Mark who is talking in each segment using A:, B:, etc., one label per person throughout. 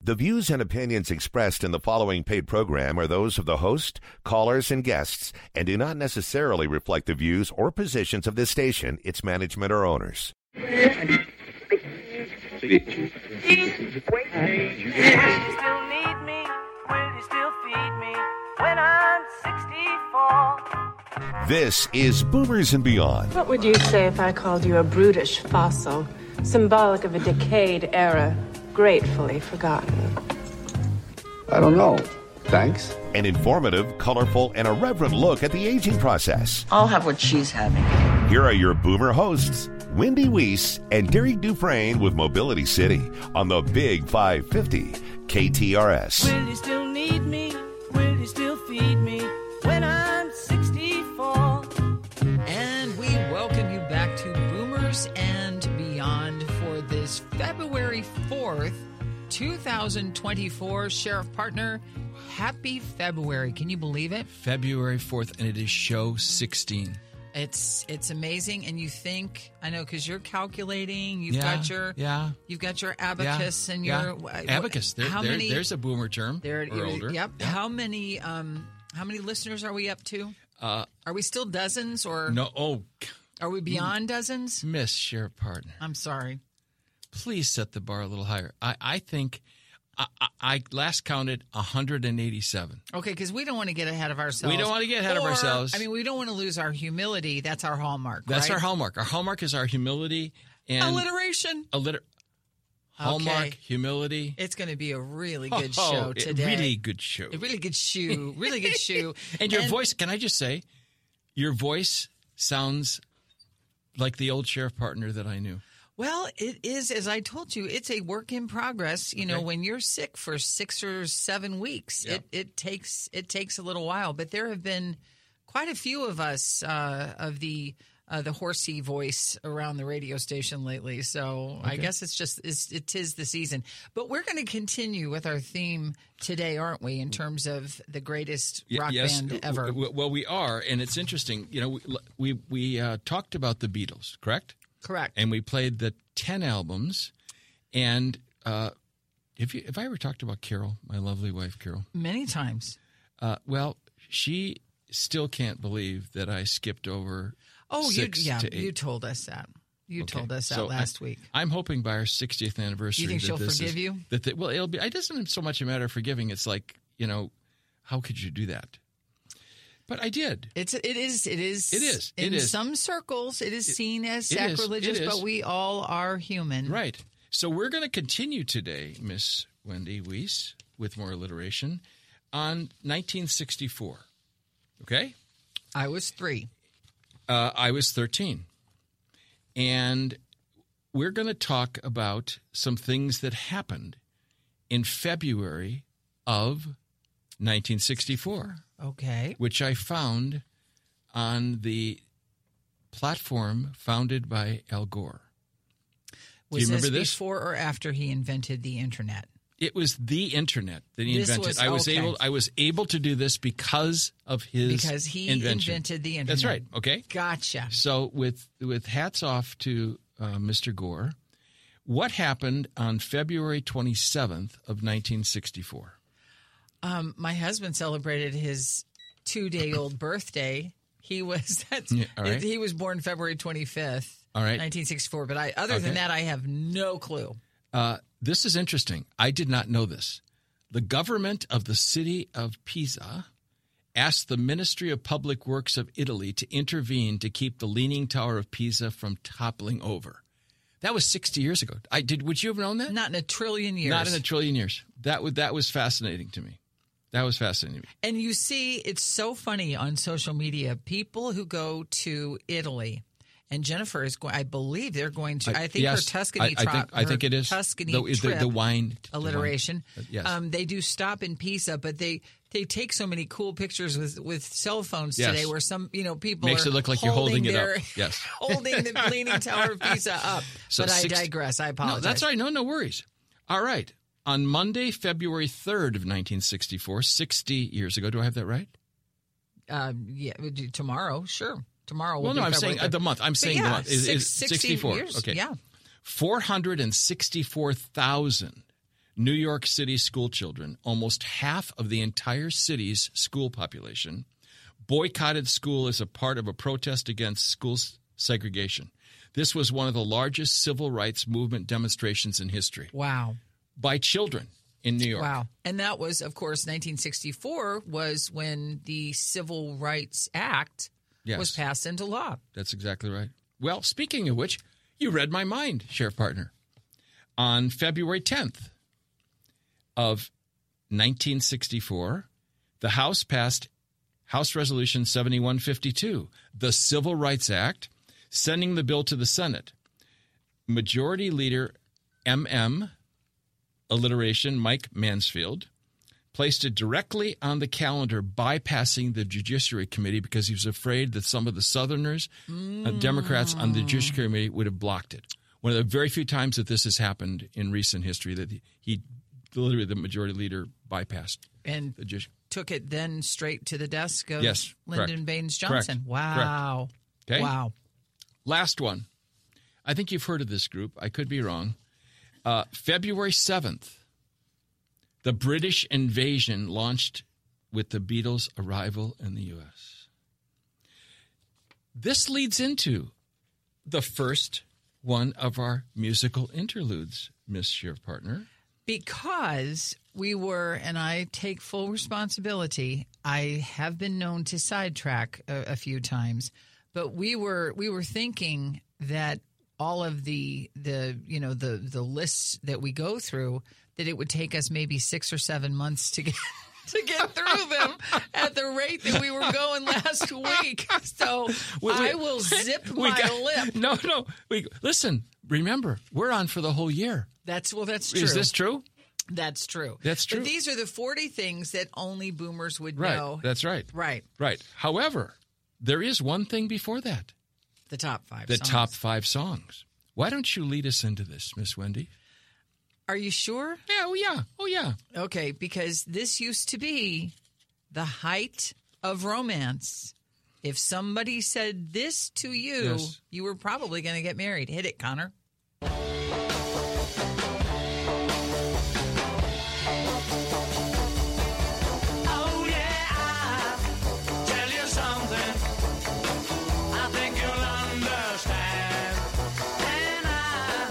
A: The views and opinions expressed in the following paid program are those of the host, callers, and guests, and do not necessarily reflect the views or positions of this station, its management, or owners.
B: you still need me? Will you still feed me when I'm 64?
A: This is Boomers and Beyond.
C: What would you say if I called you a brutish fossil, symbolic of a decayed era, gratefully forgotten?
D: I don't know. Thanks.
A: An informative, colorful, and irreverent look at the aging process.
E: I'll have what she's having.
A: Here are your Boomer hosts, Wendy Weiss and Derek Dufresne with Mobility City on the Big 550 KTRS.
B: Will you still need me? Will you still feed me when I'm 64?
F: And we welcome you back to Boomers and Beyond for this February 4th, 2024. Sheriff Partner, happy February. Can you believe it?
G: February 4th, and it is show 16.
F: It's it's amazing and you think I know cuz you're calculating, you've
G: Yeah,
F: got your
G: yeah.
F: you've got your abacus and
G: yeah.
F: your wh-
G: abacus. There,
F: how
G: there-
F: many
G: there's a boomer term.
F: there it
G: or
F: is.
G: older.
F: Yep.
G: Yeah.
F: How many um how many listeners are we up to?
G: Uh,
F: Are we still dozens or
G: no. Oh,
F: are we beyond dozens?
G: Miss Sheriff Pardon,
F: I'm sorry.
G: please set the bar a little higher. I, I think I, I, I last counted 187.
F: Okay, because we don't want to get ahead of ourselves.
G: We don't want to get ahead of
F: Or,
G: ourselves.
F: I mean, we don't want to lose our humility. That's our hallmark.
G: That's
F: right?
G: our hallmark. Our hallmark is our humility and
F: alliteration.
G: alliter- hallmark
F: Okay.
G: humility.
F: It's going to be a really good
G: Oh,
F: show
G: it-
F: today.
G: Really good show.
F: a really good shoe. Really good shoe.
G: And your voice, can I just say, your voice sounds like the old sheriff partner that I knew.
F: Well, it is as I told you. It's a work in progress. You know,
G: Okay.
F: when you're sick for six or seven weeks,
G: Yeah.
F: it it takes it takes a little while. But there have been quite a few of us uh, of the. Uh, the horsey voice around the radio station lately, so I guess it's just it's, it is the season. But we're going to continue with our theme today, aren't we? In terms of the greatest
G: Y-
F: rock
G: yes,
F: band
G: w-
F: ever.
G: w- well, we are, and it's interesting. You know, we we, we uh, talked about the Beatles, correct?
F: Correct.
G: And we played the ten albums. And uh, if you, if I ever talked about Carol, my lovely wife Carol,
F: Many times.
G: uh, well, she still can't believe that I skipped over.
F: Oh,
G: six
F: you yeah,
G: to eight.
F: you told us that. You
G: Okay.
F: told us that
G: So I-
F: last week.
G: I'm hoping by our 60th anniversary.
F: You think
G: that
F: she'll
G: this is-
F: forgive you?
G: That the, well, it'll be. It doesn't so much a matter of forgiving. It's like you know, how could you do that? But I did.
F: It's it is it is
G: It is, it
F: in
G: is.
F: some circles it is seen as
G: it is, it
F: sacrilegious,
G: is.
F: but we all are human.
G: Right. So we're going to continue today, Miss Wendy Weiss, with more alliteration, on 1964. Okay.
F: I was three.
G: Uh, I was 13. And we're going to talk about some things that happened in February of 1964,
F: Okay.
G: which I found on the platform founded by Al Gore.
F: Was
G: you remember
F: this,
G: this?
F: before or after he invented the internet?
G: It was the internet that he
F: This
G: invented.
F: was-
G: I was
F: okay.
G: able I was able to do this because of his
F: Because he
G: invention.
F: invented the internet.
G: That's right. Okay.
F: Gotcha.
G: So with with hats off to uh, Mr. Gore, what happened on February 27th of 1964?
F: Um, my husband celebrated his two day old birthday. He was that's
G: Yeah, all right.
F: he was born February twenty fifth,
G: All right.
F: nineteen sixty four. But I other
G: Okay.
F: than that I have no clue.
G: Uh, this is interesting. I did not know this. The government of the city of Pisa asked the Ministry of Public Works of Italy to intervene to keep the Leaning Tower of Pisa from toppling over. That was 60 years ago. I did. Would you have known that?
F: Not in a trillion years.
G: Not in a trillion years. That would that was fascinating to me. That was fascinating to me.
F: And you see, it's so funny on social media. People who go to Italy, and Jennifer is going. I believe they're going to. I, think
G: yes,
F: her Tuscany.
G: I, I think,
F: trip-
G: I think
F: her
G: it is
F: Tuscany
G: the, the-
F: trip.
G: The, wine the wine-
F: alliteration.
G: Yes.
F: Um, they do stop in Pisa, but they they take so many cool pictures with with cell phones
G: Yes.
F: today, where some you know people
G: Makes
F: are
G: it look like you're holding it up.
F: their-
G: Yes.
F: holding the leaning tower of Pisa up.
G: So
F: but
G: six-
F: I digress. I
G: No,
F: apologize.
G: that's all right. No, no worries. All right. On Monday, February 3rd of 1964, 60 years ago. Do I have that right?
F: Um, yeah, we do tomorrow, sure. Tomorrow. will
G: Well,
F: be
G: no, I'm
F: February
G: saying uh, the
F: third.
G: month. I'm
F: But
G: saying the
F: yeah,
G: month is,
F: six-
G: is
F: 60
G: 64.
F: years.
G: Okay.
F: Yeah.
G: 464,000 New York City school children, almost half of the entire city's school population, boycotted school as a part of a protest against school s- segregation. This was one of the largest civil rights movement demonstrations in history
F: Wow.
G: by children in New York.
F: Wow. And that was, of course, 1964 was when the Civil Rights Act
G: Yes.
F: was passed into law.
G: That's exactly right. Well, speaking of which, you read my mind, Sheriff Partner. On February 10th of 1964, the House passed House Resolution 7152, the Civil Rights Act, sending the bill to the Senate. Majority Leader MM, alliteration Mike Mansfield, placed it directly on the calendar, bypassing the Judiciary Committee because he was afraid that some of the Southerners, uh, Democrats on the Judiciary Committee would have blocked it. One of the very few times that this has happened in recent history that he, he literally the majority leader bypassed
F: And
G: the judiciary.
F: took it then straight to the desk of
G: Yes, correct.
F: Lyndon Baines Johnson. Wow.
G: Okay.
F: Wow.
G: Last one. I think you've heard of this group. I could be wrong. Uh, February 7th, the British invasion launched with the Beatles' arrival in the U.S. This leads into the first one of our musical interludes, Miss Sheriff Partner.
F: Because we were, and I take full responsibility, I have been known to sidetrack a, a few times, but we were we were thinking that all of the the you know the the lists that we go through that it would take us maybe six or seven months to get to get through them at the rate that we were going last week. So
G: Wait, wait.
F: I will zip
G: We
F: my
G: got-
F: lip.
G: No, no. We, listen, remember, we're on for the whole year.
F: That's well, that's true.
G: Is this true?
F: That's true.
G: That's true.
F: But these are the 40 things that only boomers would
G: Right.
F: know.
G: That's right.
F: right.
G: Right. However, there is one thing before that
F: The top five.
G: the
F: songs.
G: top five songs. Why don't you lead us into this, Miss Wendy?
F: Are you sure?
G: Yeah, oh, yeah. Oh, yeah.
F: Okay, because this used to be the height of romance. If somebody said this to you,
G: Yes.
F: you were probably going to get married. Hit it, Connor.
E: Oh yeah, I tell you something. I think you'll understand. And I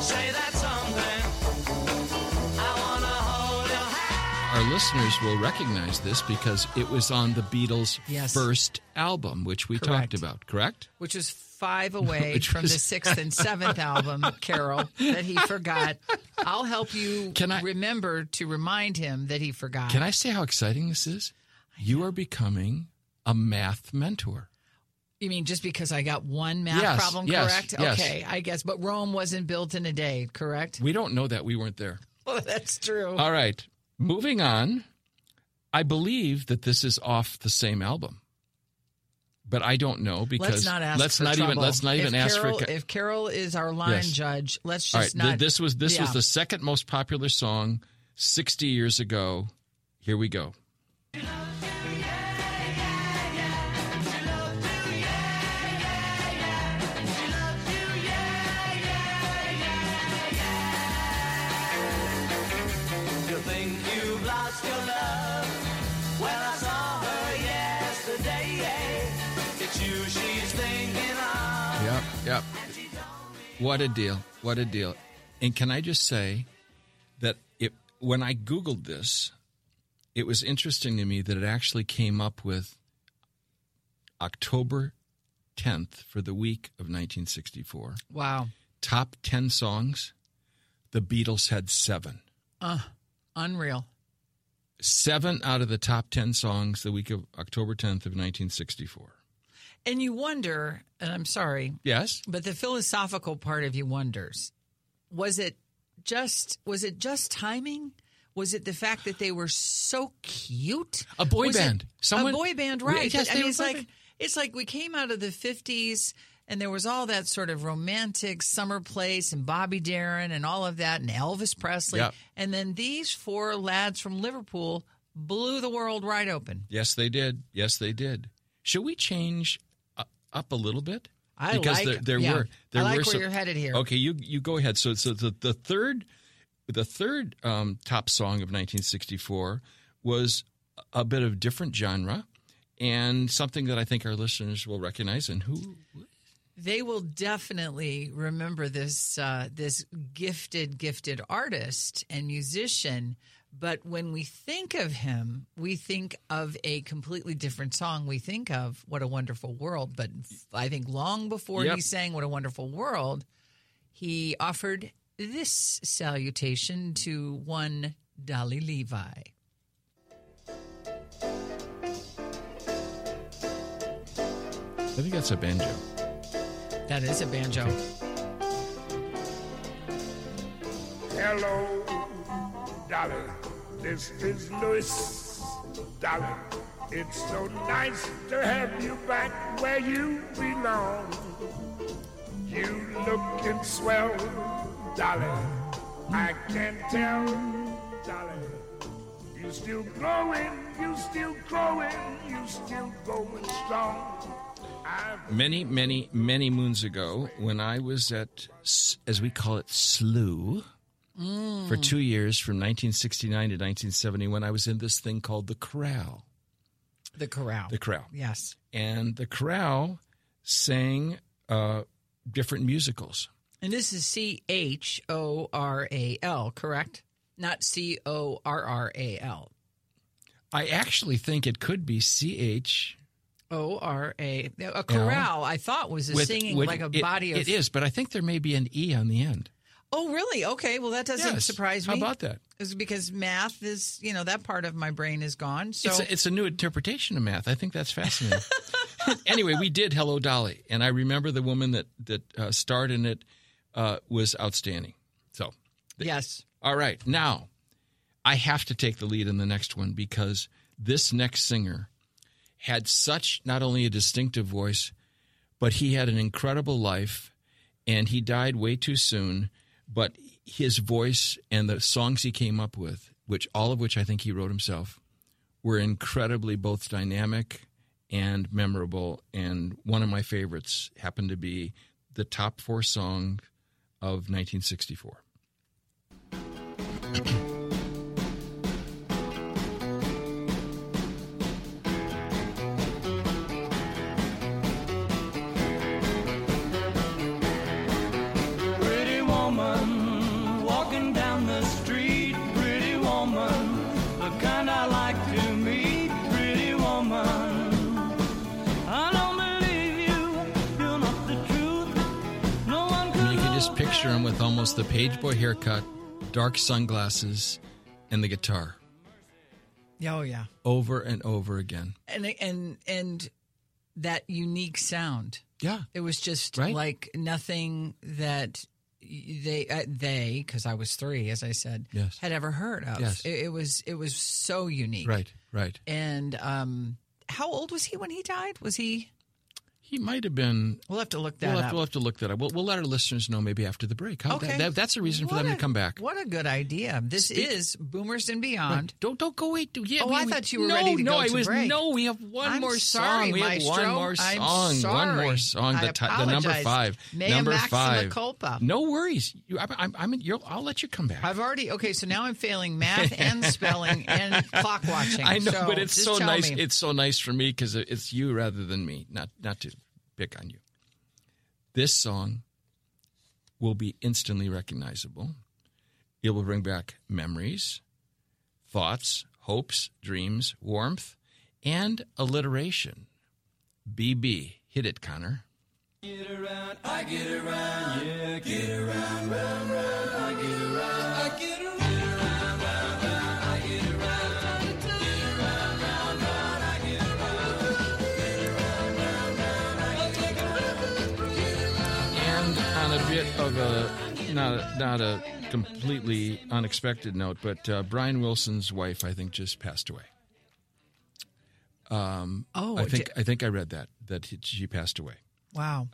E: say that something. I wanna hold your hand.
G: Our listeners will recognize this because it was on the Beatles'
F: Yes.
G: first album, which we
F: Correct.
G: talked about, correct?
F: Which was five away
G: Which
F: from the
G: was-
F: sixth and seventh album, Carol, that he forgot. I'll help you
G: Can I-
F: remember to remind him that he forgot.
G: Can I say how exciting this is? You are becoming a math mentor.
F: You mean just because I got one math
G: Yes,
F: problem
G: yes,
F: correct?
G: yes.
F: Okay, I guess. But Rome wasn't built in a day, correct?
G: We don't know that we weren't there.
F: Well, that's true.
G: All right. Moving on. I believe that this is off the same album. But I don't know because
F: let's not ask.
G: let's
F: for
G: not even
F: trouble.
G: let's not
F: If
G: even ask
F: Carol-
G: for co-
F: If Carol is our line
G: Yes.
F: judge, let's
G: All right,
F: just
G: th-
F: not.
G: this was this was
F: yeah.
G: the second most popular song 60 years ago. Here we go.
E: You think you've lost your love? Well, I saw her yesterday. It's you she's thinking of.
G: Yep, yep. What a deal. What a deal. And can I just say that it, when I Googled this, it was interesting to me that it actually came up with October 10th for the week of 1964.
F: wow,
G: Top 10 songs. The Beatles had seven.
F: Uh, unreal.
G: Seven out of the top 10 songs the week of October 10th of 1964.
F: And you wonder, and I'm sorry,
G: Yes?
F: but the philosophical part of you wonders: was it just was it just timing? Was it the fact that they were so cute?
G: A boy
F: Was it-
G: band. Someone-
F: a boy band,
G: Yes,
F: right? But,
G: they
F: I mean,
G: were
F: it's
G: boy
F: like
G: band.
F: it's like we came out of the '50s, and there was all that sort of romantic summer place and Bobby Darin and all of that, and Elvis Presley,
G: Yeah.
F: and then these four lads from Liverpool blew the world right open.
G: Yes, they did. Yes, they did. Shall we change u- up a little bit?
F: I
G: because
F: like-
G: there, there
F: yeah.
G: were there
F: I like
G: were
F: where
G: some-
F: you're headed here.
G: Okay, you you go ahead. So so the, the third The third um, top song of 1964 was a bit of different genre and something that I think our listeners will recognize. And who?
F: They will definitely remember this uh, this gifted, gifted artist and musician. But when we think of him, we think of a completely different song. We think of "What a Wonderful World," but I think long before
G: Yep.
F: he sang "What a Wonderful World," he offered this salutation to one Dolly Levi.
G: I think that's a banjo.
F: That is a banjo.
H: Hello, Dolly. This is Louis. Dolly, it's so nice to have you back where you belong. You looking swell, Dolly. I can tell, Dolly. You still growing, you still growing, you still going strong. I've
G: Many, many, many moons ago, when I was at, S- as we call it, SLU,
F: Mm.
G: for two years from 1969 to 1971, I was in this thing called the Corral.
F: The corral.
G: The Corral.
F: yes.
G: And the Corral sang uh, different musicals.
F: And this is C H O R A L, correct? Not C O R R A L.
G: I actually think it could be CH.
F: O R A. A corral, I thought, was a
G: with-
F: singing
G: with-
F: like a
G: it-
F: body of.
G: It is, but I think there may be an E on the end.
F: Oh, really? Okay. Well, that doesn't
G: Yes.
F: surprise me.
G: How about that?
F: It's because math is, you know, that part of my brain is gone. So
G: it's, a, it's a new interpretation of math. I think that's fascinating. anyway, we did Hello Dolly, and I remember the woman that that uh, starred in it uh, was outstanding. So,
F: yes.
G: all right, now I have to take the lead in the next one because this next singer had such not only a distinctive voice, but he had an incredible life, and he died way too soon. But his voice and the songs he came up with, which all of which I think he wrote himself, were incredibly both dynamic and memorable. And one of my favorites happened to be the top four song of 1964.
E: Pretty woman walking down the street. Pretty woman, the kind I like to meet. Pretty woman, I don't believe you. You're not the truth. No one
G: I
E: could.
G: mean, you can just picture him with almost the page boy haircut, dark sunglasses, and the guitar
F: Oh, yeah.
G: over and over again.
F: And, and, and that unique sound.
G: Yeah.
F: It was just
G: Right?
F: like nothing that y- they uh, they because I was three, as I said,
G: Yes.
F: had ever heard of.
G: Yes.
F: It, it was it was so unique,
G: Right, right.
F: And um, how old was he when he died? Was he?
G: He might have been.
F: We'll have to look that
G: We'll
F: up.
G: have, we'll have to look that up. We'll, we'll let our listeners know maybe after the break. How
F: Okay.
G: that, that- that's a reason for
F: What
G: them
F: a-
G: to come back.
F: What a good idea! This
G: Speak-
F: is Boomers and Beyond.
G: Don't don't go wait. Yeah,
F: Oh, I thought you were
G: no,
F: ready to
G: no,
F: go
G: I
F: to
G: was
F: break.
G: no. We have one
F: I'm
G: more
F: sorry,
G: song. We have one
F: Maestro.
G: more
F: I'm
G: song. One more
F: sorry.
G: song.
F: I
G: the, ti- the number
F: apologize.
G: five.
F: Mea
G: number
F: maxima
G: five.
F: culpa.
G: No worries. You, I, I'm. I'm. You'll, I'll let you come back.
F: I've already okay, so now I'm failing math and spelling and clock watching.
G: I know, but it's
F: just
G: so
F: tell
G: nice.
F: me.
G: It's so nice for me because it's you rather than me. Not not to pick on you. This song will be instantly recognizable. It will bring back memories, thoughts, hopes, dreams, warmth, and alliteration. BB, hit it, Connor. And on a bit of a not a, not a completely unexpected note, but uh, Brian Wilson's wife, I think, just passed away.
F: oh
G: I think I think I read that that he- she passed away.
F: wow.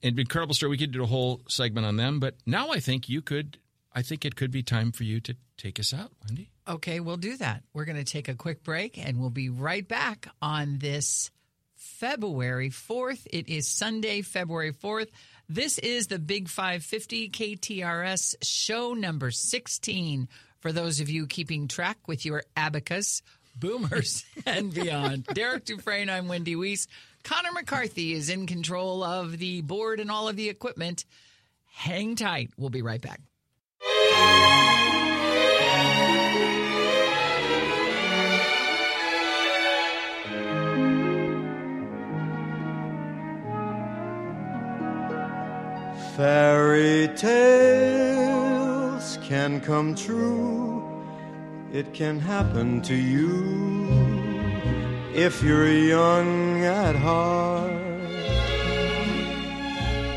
G: An incredible story. We could do a whole segment on them, but now I think you could. I think it could be time for you to take us out, Wendy.
F: Okay, we'll do that. We're going to take a quick break and we'll be right back on this February 4th. It is Sunday, February 4th, This is the Big 550 KTRS show number 16 for those of you keeping track with your abacus, boomers, and beyond. Derek Dufresne, I'm Wendy Weiss. Connor McCarthy is in control of the board and all of the equipment. Hang tight. We'll be right back.
I: Fairy tales can come true. It can happen to you if you're young at heart.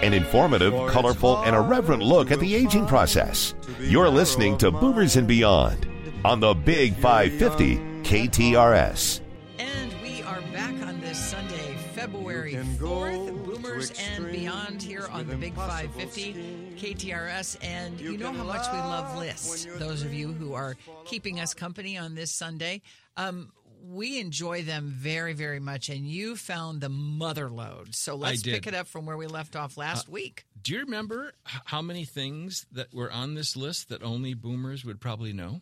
A: An informative, colorful, and irreverent look at the aging process. You're listening to Boomers and Beyond on the Big 550 KTRS.
F: And we are back on this Sunday, February
I: You can go
F: 4th. Boomers
I: to
F: and beyond
I: extremes
F: here on
I: with
F: the Big
I: impossible
F: 550
I: schemes.
F: KTRS. And you,
I: You
F: know
I: can
F: how much we love
I: laugh
F: lists,
I: when your
F: those of you who are keeping us company on this Sunday. Um, we enjoy them very, very much. And you found the mother load. So let's
G: did. Uh,
F: pick it up from where we left off last week.
G: Do you remember h- how many things that were on this list that only boomers would probably know?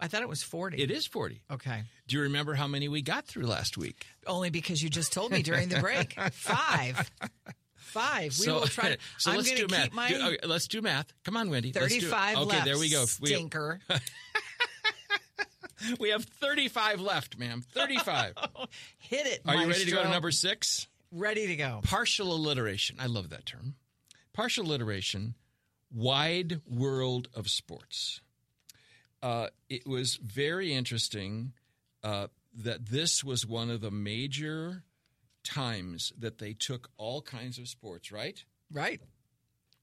F: I thought it was 40.
G: It is 40.
F: Okay.
G: Do you remember how many we got through last week?
F: Only because you just told me during the break. Five. Five. We will try.
G: so
F: I'm
G: let's
F: gonna
G: do math.
F: Keep mine.
G: Do- okay, let's do math. Come on, Wendy. Let's do it.
F: 35
G: Okay,
F: left.
G: there we go. We-
F: Stinker.
G: We, have 35 left, ma'am. 35.
F: Oh Hit it.
G: Are you ready to go to
F: Maestro.
G: number six?
F: Ready to go.
G: Partial alliteration. I love that term. Partial alliteration, wide world of sports. Uh, it was very interesting uh, that this was one of the major times that they took all kinds of sports, right?
F: Right.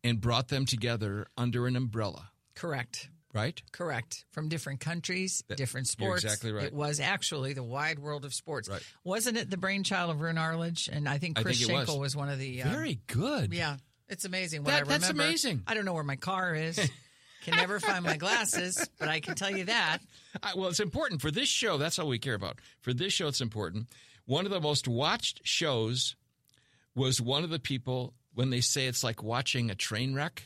G: And brought them together under an umbrella,
F: Correct.
G: right?
F: Correct. From different countries, different
G: you're
F: sports.
G: exactly right.
F: It was actually the wide world of sports.
G: Right.
F: Wasn't it the brainchild of Rune Arledge? And I think
G: I
F: Chris
G: think it was.
F: Schenkel was one of the. Uh,
G: Very good.
F: Yeah. It's amazing what
G: That-
F: I remember.
G: that's amazing.
F: I don't know where my car is. can never find my glasses, but I can tell you that.
G: I, well, it's important for this show. That's all we care about. For this show, it's important. One of the most watched shows was one of the people when they say it's like watching a train wreck.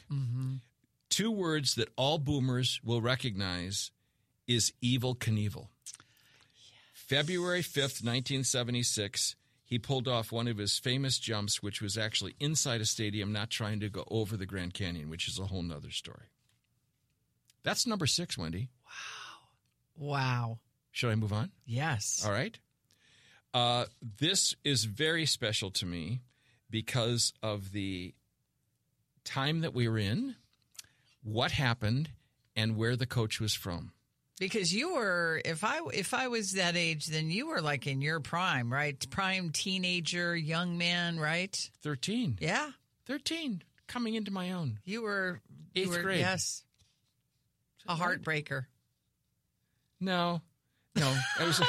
G: Two words that all boomers will recognize is evil Knievel. February 5th, 1976, he pulled off one of his famous jumps, which was actually inside a stadium, not trying to go over the Grand Canyon, which is a whole nother story. That's number six, Wendy.
F: Wow.
G: Should I move on?
F: Yes.
G: All right. Uh, this is very special to me because of the time that we were in, what happened, and where the coach was from.
F: Because you were, if I if I was that age, then you were like in your prime, right? Prime teenager, young man, right?
G: 13.
F: Yeah,
G: 13. Coming into my own.
F: you were you
G: Eighth
F: were-
G: grade.
F: Yes, a heartbreaker.
G: No. No, I was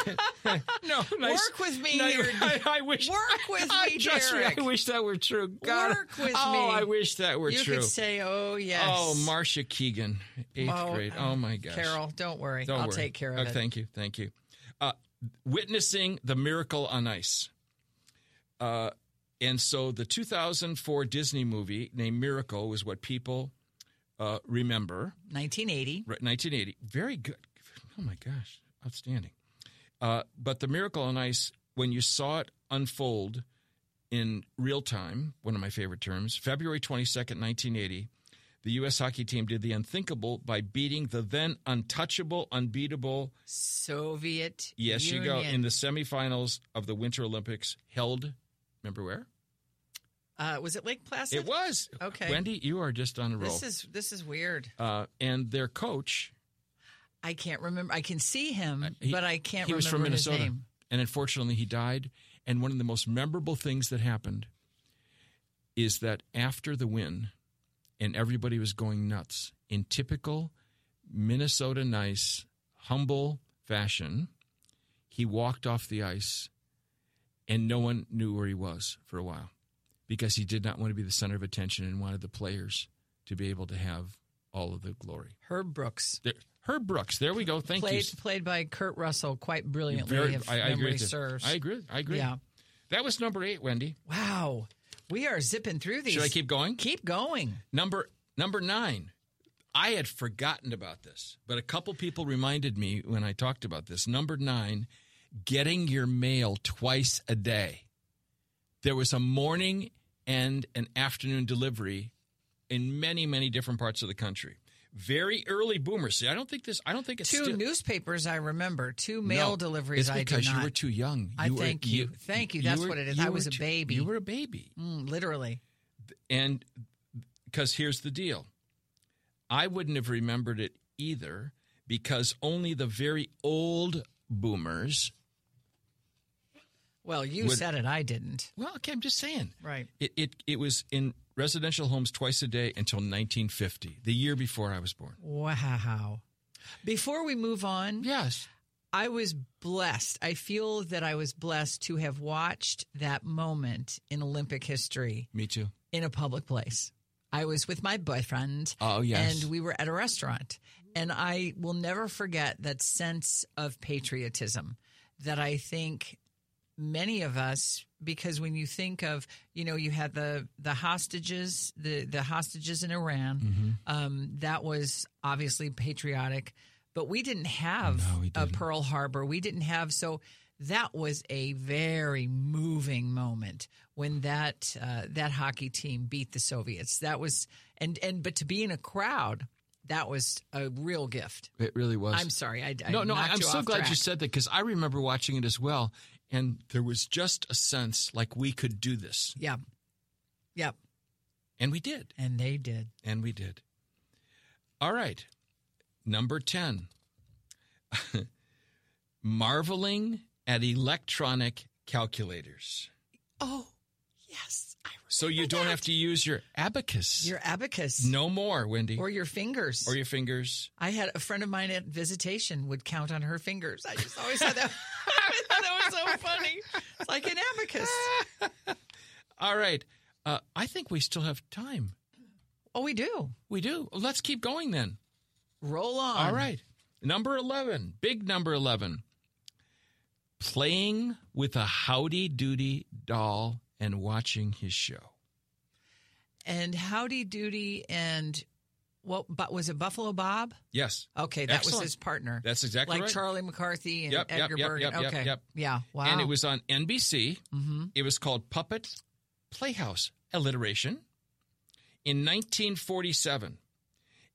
G: no. Nice,
F: Work with me,
G: nice-
F: you're-
G: I, I wish.
F: Work with
G: I
F: me,
G: just-
F: Derek.
G: I wish that were true. God,
F: Work with
G: oh,
F: me.
G: I wish that were
F: you
G: true.
F: could say, "Oh yes."
G: Oh, Marcia Keegan, eighth
F: Oh,
G: grade. Oh my gosh.
F: Carol, don't worry,
G: Don't
F: I'll
G: worry.
F: take care of
G: Okay,
F: it.
G: Thank you. Thank you. Uh, witnessing the miracle on ice. Uh, and so the 2004 Disney movie named Miracle was what people uh, remember.
F: 1980.
G: Right, 1980. Very good. Oh my gosh. Outstanding. Uh, but the miracle on ice, when you saw it unfold in real time, one of my favorite terms, February 22nd, 1980, the U.S. hockey team did the unthinkable by beating the then untouchable, unbeatable
F: Soviet
G: Yes,
F: Union.
G: you go in the semifinals of the Winter Olympics held. Remember where?
F: Uh, was it Lake Placid?
G: It was.
F: Okay.
G: Wendy, you are just on a roll.
F: This is this is weird.
G: uh, and their coach,
F: I can't remember. I can see him,
G: he-
F: but I can't.
G: he
F: remember
G: was from Minnesota,
F: His name.
G: and unfortunately, he died. And one of the most memorable things that happened is that after the win, and everybody was going nuts in typical Minnesota nice, humble fashion, he walked off the ice, and no one knew where he was for a while because he did not want to be the center of attention and wanted the players to be able to have all of the glory.
F: Herb Brooks.
G: There, Herb Brooks, there we go. Thank you.
F: played played by Kurt Russell quite brilliantly.
G: Very-
F: if
G: I, I
F: memory
G: agree with you.
F: serves,
G: I agree. I agree.
F: Yeah.
G: That was number eight, Wendy.
F: Wow. We are zipping through these.
G: Should I keep going?
F: Keep going.
G: Number number nine. I had forgotten about this, but a couple people reminded me when I talked about this. Number nine, getting your mail twice a day. There was a morning and an afternoon delivery in many, many different parts of the country. Very early boomers. See, I don't think this. I don't think it's
F: Two
G: still-
F: newspapers I remember. Two
G: No,
F: mail deliveries
G: It's
F: I did
G: because you
F: not.
G: were too young.
F: I
G: were-
F: thank you. Thank you. That's what it is.
G: you
F: I
G: were
F: was a
G: too-
F: baby.
G: You were a baby.
F: Mm, literally.
G: And because here's the deal I wouldn't have remembered it either because only the very old boomers.
F: Well, you
G: Would-
F: said it. I didn't.
G: Well, okay, I'm just saying.
F: Right.
G: It, it, it was in residential homes twice a day until 1950, the year before I was born.
F: Wow. Before we move on,
G: Yes.
F: I was blessed. I feel that I was blessed to have watched that moment in Olympic history
G: Me too.
F: in a public place. I was with my boyfriend.
G: Oh, yes.
F: And we were at a restaurant. And I will never forget that sense of patriotism that I think many of us because when you think of you know you had the the hostages the the hostages in Iran
G: Mm-hmm.
F: um, that was obviously patriotic but we didn't have
G: No, we
F: a
G: didn't.
F: Pearl Harbor we didn't have so that was a very moving moment when that uh, that hockey team beat the Soviets that was and and but to be in a crowd that was a real gift
G: It really was.
F: I'm sorry I, I
G: no, no,
F: knocked
G: I'm
F: you
G: so
F: off
G: glad you
F: track.
G: said that because I remember watching it as well. And there was just a sense like we could do this.
F: yeah yep
G: And we did.
F: and they did
G: And we did. All right. Number 10. Marveling at electronic calculators.
F: Oh, yes. I remember
G: So you don't
F: that.
G: have to use your abacus.
F: your abacus
G: no more, Wendy.
F: or your fingers.
G: Or your fingers.
F: I had a friend of mine at visitation would count on her fingers. I just always thought that, I thought that was so funny. It's like an abacus.
G: All right. Uh, I think we still have time.
F: Oh, we do.
G: We do. Let's keep going then.
F: Roll on.
G: All right. Number 11, big number 11. Playing with a howdy doody doll and watching his show.
F: And howdy doody and what but was it Buffalo Bob?
G: Yes.
F: Okay, that
G: Excellent.
F: was his partner.
G: That's exactly
F: like
G: right.
F: Charlie McCarthy and
G: Yep, yep,
F: Edgar
G: yep,
F: Bergen.
G: yep, yep,
F: okay.
G: yep.
F: Yeah. Wow.
G: And it was on NBC.
F: Mhm.
G: It was called Puppet Playhouse Alliteration in 1947.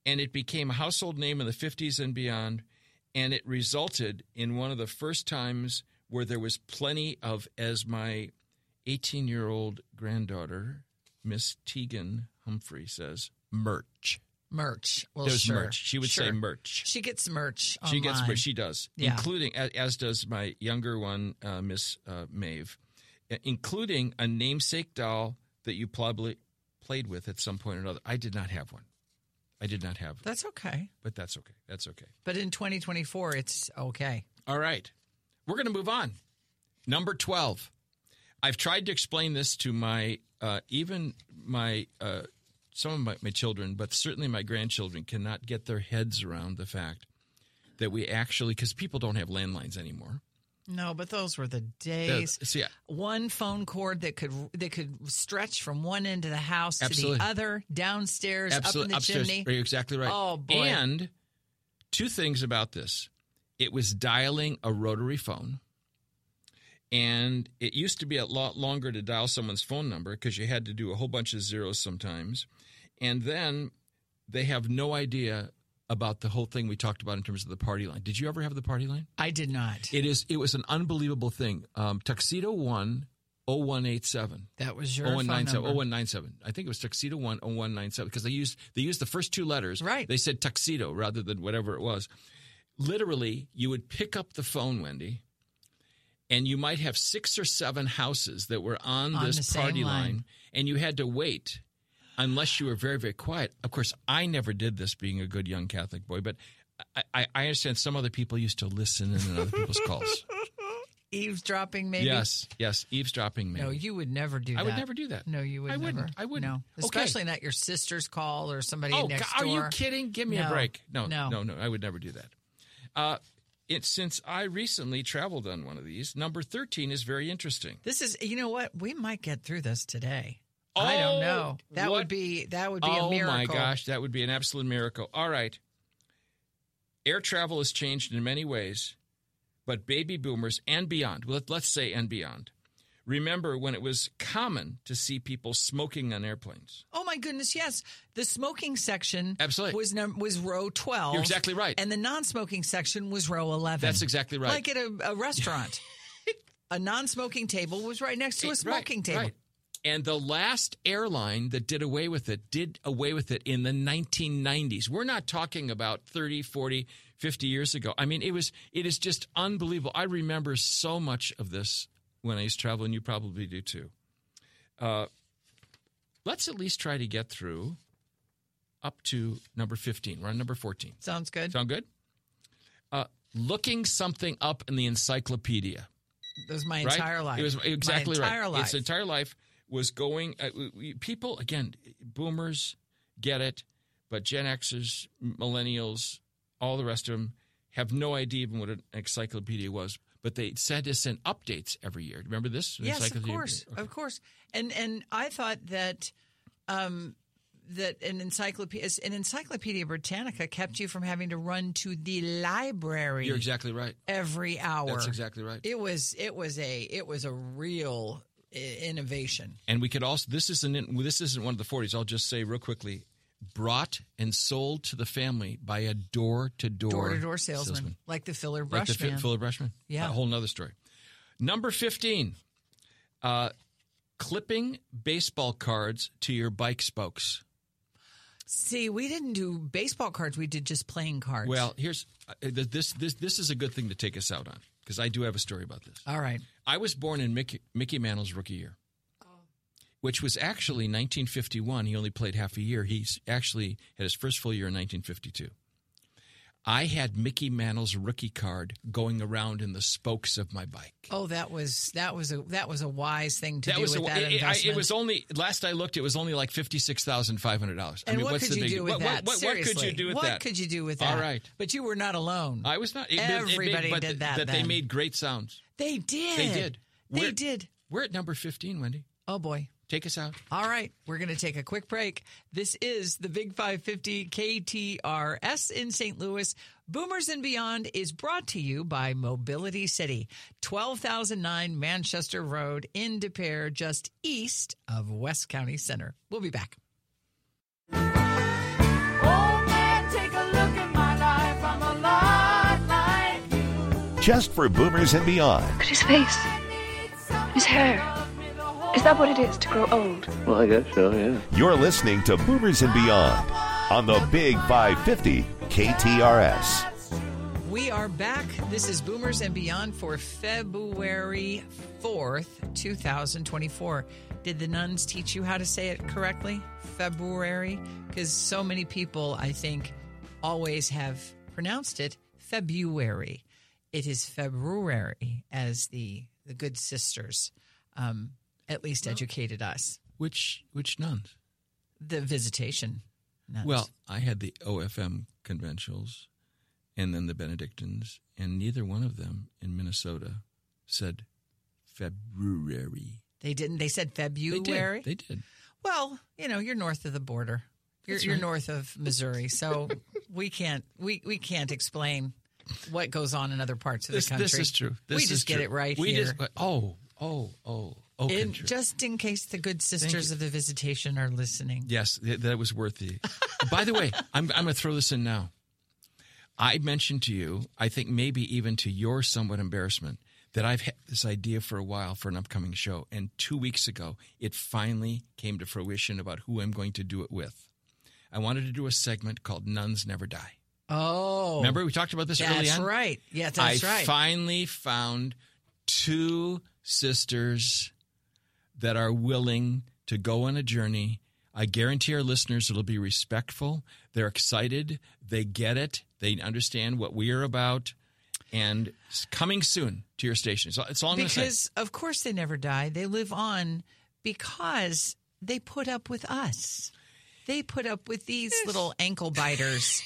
G: And it became a household name in the 50s and beyond. And it resulted in one of the first times where there was plenty of, as my 18 year old granddaughter, Miss Tegan Humphrey says, merch.
F: merch. Well,
G: There's
F: sure.
G: merch. She would say
F: Sure.
G: merch.
F: She gets merch.
G: She gets
F: online.
G: what she does,
F: Yeah.
G: including a- as does my younger one, uh, Miss uh, Maeve, i- including a namesake doll that you probably played with at some point or another. I did not have one. I did not have, one,
F: That's okay.
G: but that's okay. That's okay.
F: But in 2024, it's okay.
G: All right, we're going to move on. Number twelve. I've tried to explain this to my uh, even my uh, some of my, my children, but certainly my grandchildren cannot get their heads around the fact that we actually because people don't have landlines anymore.
F: No, but those were the
G: Yeah,
F: days.
G: so yeah,
F: One phone cord that could that could stretch from one end of the house
G: Absolutely.
F: to the other, downstairs,
G: absolutely.
F: up in the
G: upstairs.
F: chimney.
G: You're exactly right.
F: Oh, boy.
G: And two things about this: it was dialing a rotary phone, and it used to be a lot longer to dial someone's phone number because you had to do a whole bunch of zeros sometimes, and then they have no idea about the whole thing we talked about in terms of the party line. Did you ever have the party line?
F: I did not.
G: It is. It was an unbelievable thing. Um, tuxedo one. 0187.
F: that was your phone
G: 0197,
F: number.
G: 0197. I think it was tuxedo one, 0197, because they used they used the first two letters.
F: Right.
G: They said tuxedo rather than whatever it was. Literally, you would pick up the phone, Wendy, and you might have six or seven houses that were on,
F: On the
G: this
F: same
G: party
F: line.
G: line, and you had to wait unless you were very, very quiet. Of course, I never did this being a good young Catholic boy, but I, I, I understand some other people used to listen in on other people's calls.
F: Eavesdropping, maybe.
G: Yes, yes, eavesdropping, man.
F: No, you would never do that.
G: I would never do that.
F: No, you would
G: I wouldn't.
F: never.
G: I wouldn't.
F: No,
G: Okay.
F: especially not your sister's call or somebody
G: Oh,
F: next
G: God, are
F: door.
G: you kidding? Give me
F: No.
G: a break. No,
F: No.
G: no, no, I would never do that. Uh, it, since I recently traveled on one of these, number 13 is very interesting.
F: This is. You know what? We might get through this today. I
G: Oh,
F: don't know. That
G: what-
F: would be that would be
G: Oh
F: a miracle.
G: my gosh, that would be an absolute miracle. All right. Air travel has changed in many ways, but baby boomers and beyond, let, let's say and beyond, remember when it was common to see people smoking on airplanes.
F: Oh my goodness, yes. The smoking section
G: Absolutely.
F: was num- was row 12.
G: You're exactly right.
F: And the non-smoking section was row 11.
G: That's exactly right.
F: Mm. Like at a, a restaurant. a non-smoking table was right next to a
G: Right,
F: smoking table.
G: right. And the last airline that did away with it did away with it in the 1990s. We're not talking about 30, 40, 50 years ago. I mean, it was it is just unbelievable. I remember so much of this when I used to travel, and you probably do too. Uh, let's at least try to get through up to number 15. We're on number 14.
F: Sounds good.
G: Sound good? Uh, looking something up in the encyclopedia
F: that was my
G: right?
F: entire life.
G: It was exactly
F: my entire
G: right.
F: Life.
G: Its entire life was going. Uh, we- we- people again, boomers get it, but Gen Xers, millennials, all the rest of them have no idea even what an encyclopedia was. But they sent us in updates every year. Remember this?
F: yes, of
G: Encyclopedia-
F: course,
G: okay.
F: of course. And and I thought that um, that an encyclopedia an encyclopedia Britannica kept you from having to run to the library
G: You're exactly right.
F: every hour.
G: That's exactly right.
F: It was it was a it was a real i- innovation.
G: And we could also this isn't in- this isn't one of the 40s. I'll just say real quickly. Brought and sold to the family by a door to door
F: Door to door salesman, like the filler brush
G: like the Fi-
F: man.
G: Philip Brushman.
F: Yeah.
G: a whole nother story. Number fifteen, uh, clipping baseball cards to your bike spokes.
F: See, we didn't do baseball cards; we did just playing cards.
G: Well, here's uh, th- this this this is a good thing to take us out on because I do have a story about this.
F: all right.
G: I was born in Mickey, Mickey Mantle's rookie year, which was actually 1951. He only played half a year. He actually had his first full year in 1952. I had Mickey Mantle's rookie card going around in the spokes of my bike.
F: Oh, that was that was a that was a wise thing to do with
G: a-
F: that
G: it, it- I-
F: investment.
G: it was only last I looked, it was only like fifty six thousand five hundred dollars. I
F: And
G: mean,
F: what
G: what's
F: could
G: the
F: you
G: big
F: do with
G: what,
F: that?
G: What, what, what could you
F: Seriously.
G: do with
F: what
G: that?
F: could you do with that?
G: All right,
F: But you were not alone.
G: I was not. it- it- it-
F: Everybody
G: but
F: did
G: th-
F: that
G: That they
F: then.
G: made great sounds.
F: they did.
G: They did.
F: They
G: We're-
F: did.
G: We're at number fifteen, Wendy.
F: Oh boy.
G: Take us out.
F: All right, we're going to take a quick break. This is the Big 550 KTRS in St. Louis. Boomers and Beyond is brought to you by Mobility City, 12009 Manchester Road in De Pere, just east of West County Center. We'll be back.
B: Oh man, take a look at my life. I'm a lot like you.
A: Just for boomers and beyond.
J: Look at his face. His hair. Is that what it is to grow old?
D: Well, I guess so, yeah.
A: You're listening to Boomers and Beyond on the Big 550 KTRS.
F: We are back. This is Boomers and Beyond for February 4th, 2024. Did the nuns teach you how to say it correctly? February? Because so many people, I think, always have pronounced it February. It is February, as the, the good sisters um, at least educated us.
G: Which which nuns?
F: The visitation. nuns.
G: Well, I had the OFM conventuals, and then the Benedictines, and neither one of them in Minnesota said February.
F: they didn't. They said
G: They
F: February.
G: did. They did.
F: Well, you know, you're north of the border. You're,
G: That's
F: you're
G: right.
F: north of Missouri, so we can't we, we can't explain what goes on in other parts of
G: this,
F: the country.
G: this is true. This
F: we
G: is
F: just get
G: true.
F: it right
G: we
F: here.
G: Just, oh, oh, oh, oh,
F: In-
G: country.
F: just in case the good sisters of the visitation are listening.
G: yes, th- that was worth the. By the way, I'm, I'm going to throw this in now. I mentioned to you, I think maybe even to your somewhat embarrassment, that I've had this idea for a while for an upcoming show, and two weeks ago it finally came to fruition about who I'm going to do it with. I wanted to do a segment called "Nuns Never Die."
F: Oh,
G: Remember we talked about this early on.
F: that's right. Yeah, that's
G: I
F: right.
G: finally found two sisters that are willing to go on a journey. I guarantee our listeners it'll be respectful. They're excited. They get it. They understand what we are about. And it's coming soon to your station. So it's all I'm going to say.
F: because of course they never die. They live on because they put up with us. They put up with these little ankle biters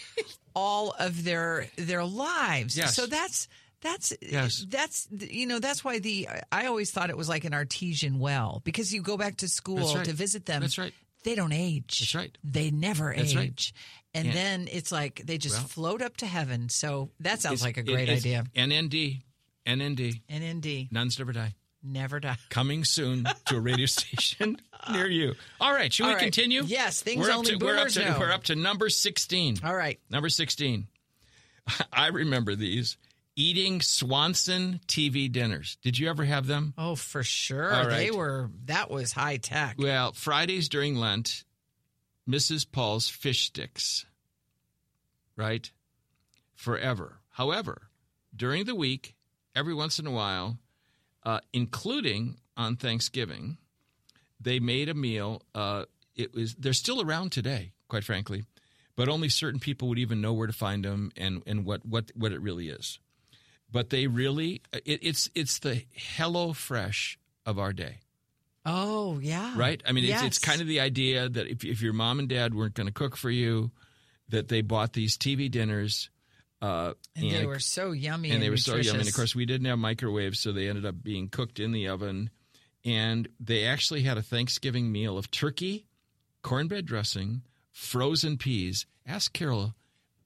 F: all of their their lives.
G: Yes.
F: So that's That's
G: Yes.
F: That's you know that's why the I always thought it was like an artesian well because you go back to school
G: That's right.
F: to visit them.
G: That's right.
F: They don't age.
G: That's right.
F: They never
G: That's
F: age.
G: right.
F: And
G: Yeah.
F: then it's like they just
G: Well-
F: float up to heaven. So that sounds like a
G: It-
F: great
G: it's
F: idea.
G: NND, NND,
F: NND
G: nuns never die.
F: never die.
G: Coming soon to a radio station near you. All right, should
F: All
G: we
F: right.
G: continue?
F: Yes, things
G: we're
F: only
G: up to, we're up
F: boomers
G: to,
F: know.
G: We're up to number sixteen.
F: All right.
G: Number 16. I remember these eating Swanson TV dinners. Did you ever have them?
F: Oh, for sure.
G: All
F: They
G: right.
F: were that was high tech.
G: Well, Fridays during Lent, Mrs. Paul's fish sticks, right? Forever. However, during the week, every once in a while, uh, including on Thanksgiving, they made a meal. Uh, it was they're still around today, quite frankly, but only certain people would even know where to find them and and what what what it really is. But they really it, it's it's the Hello Fresh of our day
F: Oh, yeah.
G: right? I mean, it's,
F: Yes.
G: it's kind of the idea that if, if your mom and dad weren't going to cook for you, that they bought these TV dinners. Uh,
F: And they were so yummy.
G: and they were so yummy. And of
F: nutritious.
G: course, we didn't have microwaves, so they ended up being cooked in the oven. And they actually had a Thanksgiving meal of turkey, cornbread dressing, frozen peas. Ask Carol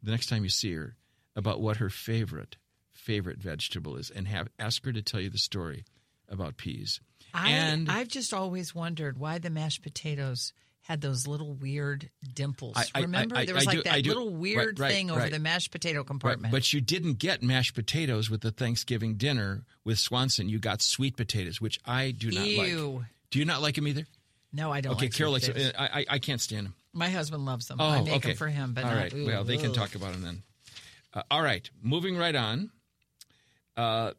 G: the next time you see her about what her favorite favorite vegetable is, and have ask her to tell you the story about peas.
F: I,
G: and
F: I've just always wondered why the mashed potatoes had those little weird dimples.
G: I- I-
F: Remember,
G: I-
F: there was
G: I
F: like
G: do- I
F: that
G: do-
F: little weird
G: right, right,
F: thing over
G: right.
F: the mashed potato compartment.
G: But you didn't get mashed potatoes with the Thanksgiving dinner with Swanson. You got sweet potatoes, which I do not like.
F: Ew.
G: Do you not like them either?
F: no, I don't.
G: okay,
F: like
G: Carol likes.
F: sweet potatoes.
G: I, I I can't stand them.
F: My husband loves them.
G: Oh,
F: I make
G: okay.
F: them for him, but
G: all
F: not,
G: right.
F: ooh,
G: well, they can
F: ugh.
G: talk about them then. Uh, all right, moving right on. Uh,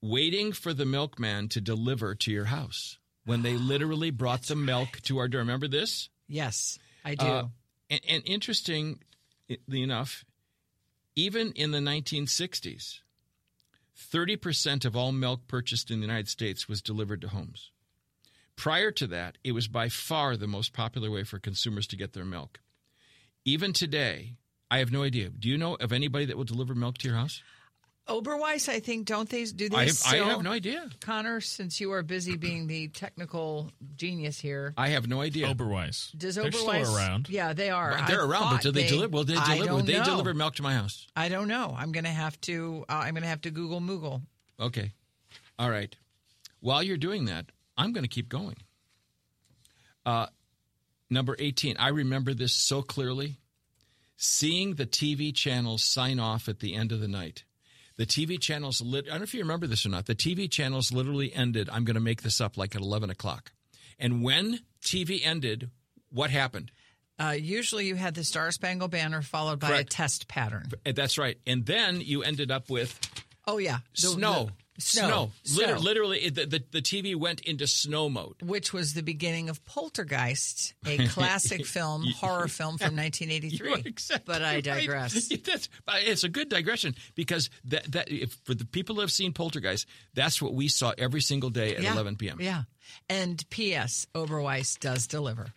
G: waiting for the milkman to deliver to your house when they literally brought the milk to our door. Remember this?
F: Yes, I do.
G: Uh, and, and interestingly enough, even in the 1960s, 30% of all milk purchased in the United States was delivered to homes. Prior to that, it was by far the most popular way for consumers to get their milk. Even today, I have no idea. Do you know of anybody that will deliver milk to your house?
F: Oberweis, I think, don't they do they
G: I have, I
F: still?
G: have no idea.
F: Connor, since you are busy being the technical genius here,
G: I have no idea.
K: Oberweis.
F: does
K: They're
F: Oberweis?
K: still around.
F: Yeah, they are. I
G: They're around, but
F: thought
G: do they, deliver? Will they deliver?
F: I don't
G: Would they
F: know.
G: deliver milk to my house?
F: I don't know. I'm gonna have to. Uh, I'm gonna have to Google Moogle.
G: Okay. All right. While you're doing that, I'm going to keep going. Uh, number 18. I remember this so clearly. Seeing the TV channels sign off at the end of the night. The TV channels, lit- I don't know if you remember this or not. The TV channels literally ended. I'm going to make this up like at 11 o'clock. And when TV ended, what happened?
F: Uh, usually, you had the Star Spangled Banner followed by
G: Correct.
F: a test pattern.
G: Uh, That's right. And then you ended up with
F: Oh yeah, The-
G: snow.
F: the-
G: snow.
F: snow,
G: Liter- Literally, it- the, the, the TV went into snow mode.
F: which was the beginning of Poltergeist, a classic film, horror film from 1983.
G: You are exactly
F: but I
G: right.
F: digress.
G: That's- but it's a good digression because that that if for the people that have seen Poltergeist, that's what we saw every single day at
F: Yeah.
G: 11 p.m.
F: Yeah. And P.S. Oberweis does deliver.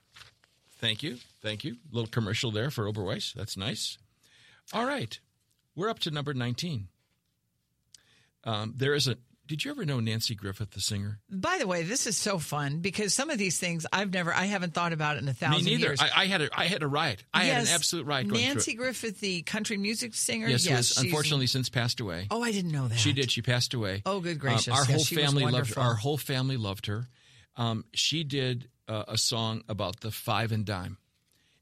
G: Thank you, thank you. Little commercial there for Oberweis. That's nice. All right, we're up to number 19. Um, there is a. Did you ever know Nancy Griffith, the singer?
F: By the way, this is so fun because some of these things I've never, I haven't thought about it in a
G: Me
F: thousand
G: neither.
F: years.
G: I, I had a I had a riot. I had an
F: Yes,
G: absolute riot going
F: Nancy
G: through.
F: Griffith, the country music singer.
G: It. Yes,
F: Yes,
G: who has
F: she's-
G: unfortunately since passed away.
F: Oh, I didn't know that.
G: She did. She passed away. Um,
F: Oh, good gracious.
G: our
F: Yes,
G: whole
F: she was
G: family loved her.
F: wonderful.
G: Our whole family loved her. Um, she did uh, a song about the five and dime.